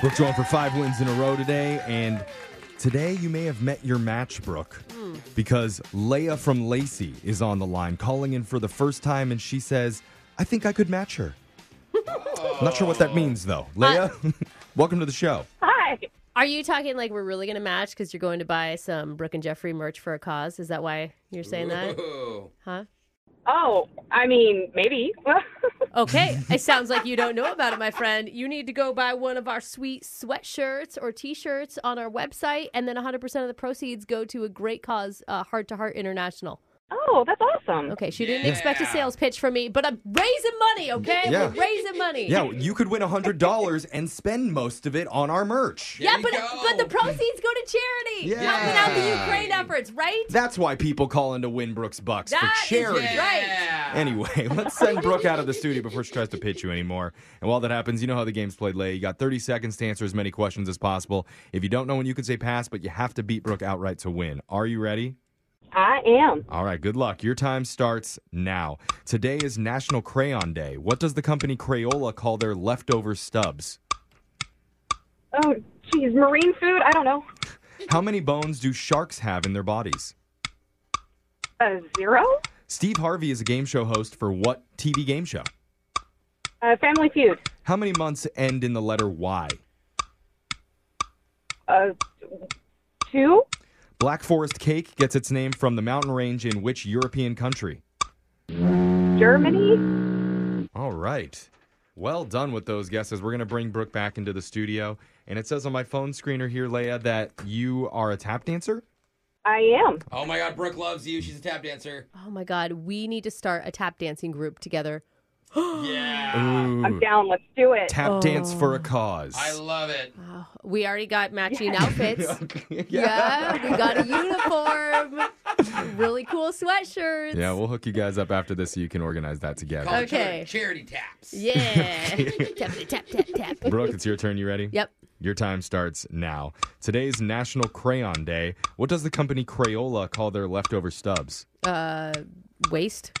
Brooke's going for five wins in a row today, and today you may have met your match, Brooke, because Leia from Lacey is on the line calling in for the first time, and she says, I think I could match her. Not sure what that means, though. Uh, Leia, welcome to the show. Hi. Are you talking like we're really going to match because you're going to buy some Brooke and Jeffrey merch for a cause? Is that why you're saying that? Ooh. Huh? Oh, I mean, maybe. Okay. it sounds like you don't know about it, my friend. You need to go buy one of our sweet sweatshirts or t shirts on our website, and then 100% of the proceeds go to a great cause, uh, Heart to Heart International. oh, that's awesome. Okay. She didn't expect a Yeah. sales pitch from me, but I'm raising money, okay? Yeah. We're raising money. Yeah, you could win $100 and spend most of it on our merch. Yeah, There but, you but the go. proceeds go to charity, Yeah. helping out the Ukraine efforts, right? That's why people call in to win Brooke's Bucks That for is charity. right. Yeah. Anyway, let's send Brooke out of the studio before she tries to pitch you anymore. And while that happens, you know how the game's played, Leigh. You got 30 seconds to answer as many questions as possible. If you don't know when you can say pass, but you have to beat Brooke outright to win. Are you ready? I am. All right, good luck. Your time starts now. Today is National Crayon Day. What does the company Crayola call their leftover stubs? Oh, geez, marine food? I don't know. How many bones do sharks have in their bodies? A zero? Steve Harvey is a game show host for what TV game show? Uh, family feud. How many months end in the letter Y? Uh, two? Black Forest cake gets its name from the mountain range in which European country? Germany? All right. Well done with those guesses. We're going to bring Brooke back into the studio. And it says on my phone screener here, Leia, that you are a tap dancer? I am. Oh my God, Brooke loves you. She's a tap dancer. Oh my God, we need to start a tap dancing group together. Yeah. Hmm. I'm down. Let's do it. Tap dance for a cause. I love it. We already got matching outfits. yeah. Yeah, we got a uniform, really cool sweatshirts. Yeah, we'll hook you guys up after this so you can organize that together. Call it Okay. char- Charity taps. Yeah. tap, tap, tap, tap. Brooke, it's your turn. You ready? Yep. Your time starts now. Today's National Crayon Day. What does the company Crayola call their leftover stubs? Uh, waist.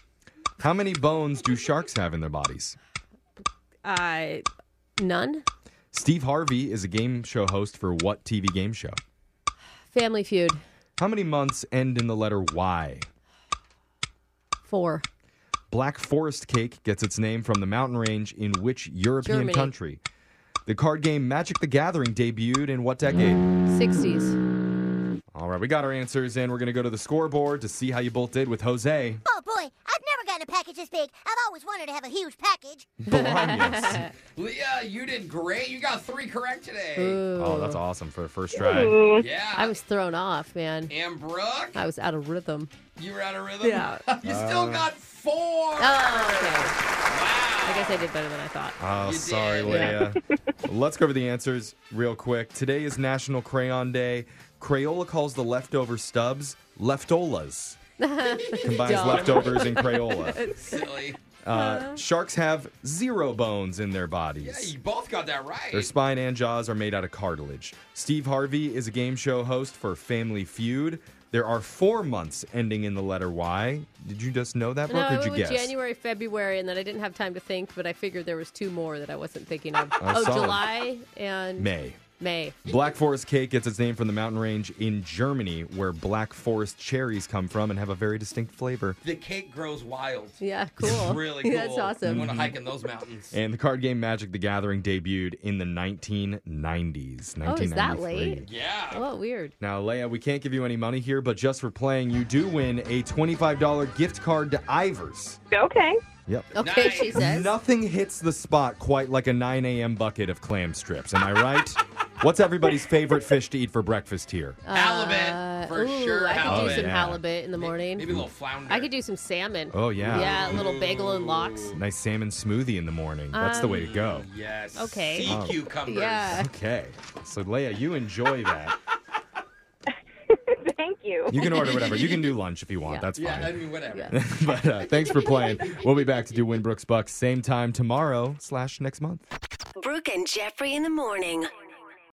How many bones do sharks have in their bodies? Uh, none. Steve Harvey is a game show host for what TV game show? Family Feud. How many months end in the letter Y? Four. Black Forest cake gets its name from the mountain range in which European Germany. country? The card game Magic the Gathering debuted in what decade? Sixties. All right, we got our answers, and we're going to go to the scoreboard to see how you both did with Jose Oh boy, I've never gotten a package this big. I've always wanted to have a huge package. Bolaños. Leah, you did great. You got three correct today. oh, that's awesome for a first try. Yeah. I was thrown off, man. and Brooke, I was out of rhythm. you were out of rhythm. Yeah. you still got four. Ah. Oh, okay. wow. I guess I did better than I thought. Oh, You sorry, did. Leia. Let's go over the answers real quick. Today is National Crayon Day. Crayola calls the leftover stubs leftolas. Combines Dumb. leftovers and Crayola. Silly. Uh, sharks have zero bones in their Yeah, bodies. you both got that right. Their spine and jaws are made out of cartilage. Steve Harvey is a game show host for Family Feud. There are four months ending in the letter Y. Did you just know that, Brooke? No, or it did you was guess? January, February, and then I didn't have time to think, but I figured there was two more that I wasn't thinking of. oh, solid. July and May. May. Black Forest cake gets its name from the mountain range in Germany, where Black Forest cherries come from and have a very distinct flavor. the cake grows wild. Yeah, cool. Really cool. That's awesome. Mm-hmm. You want to hike in those mountains. And the card game Magic the Gathering debuted in the 1990s. Oh, is that 1993. late? yeah. Well, weird. Now, Leia, we can't give you any money here, but just for playing, you do win a $25 gift card to Ivers. Okay. Yep. Okay, Nice. she says. Nothing hits the spot quite like a 9 a.m. bucket of clam strips. Am I right? What's everybody's favorite fish to eat for breakfast here? Uh, halibut, for ooh, sure. I could halibut. do some yeah. halibut in the morning. Maybe a little flounder. I could do some salmon. Oh, yeah. Yeah, a little bagel and lox. Nice salmon smoothie in the morning. That's the way to go. um, Yes. Okay. Sea Oh. cucumbers. Yeah. Okay. So, Leia, you enjoy that. Thank you. You can order whatever. You can do lunch if you want. Yeah. That's Yeah, I fine. mean, whatever. but uh, thanks for playing. We'll be back to do Winbrooks Bucks same time tomorrow slash next month. Brooke and Jeffrey in the morning.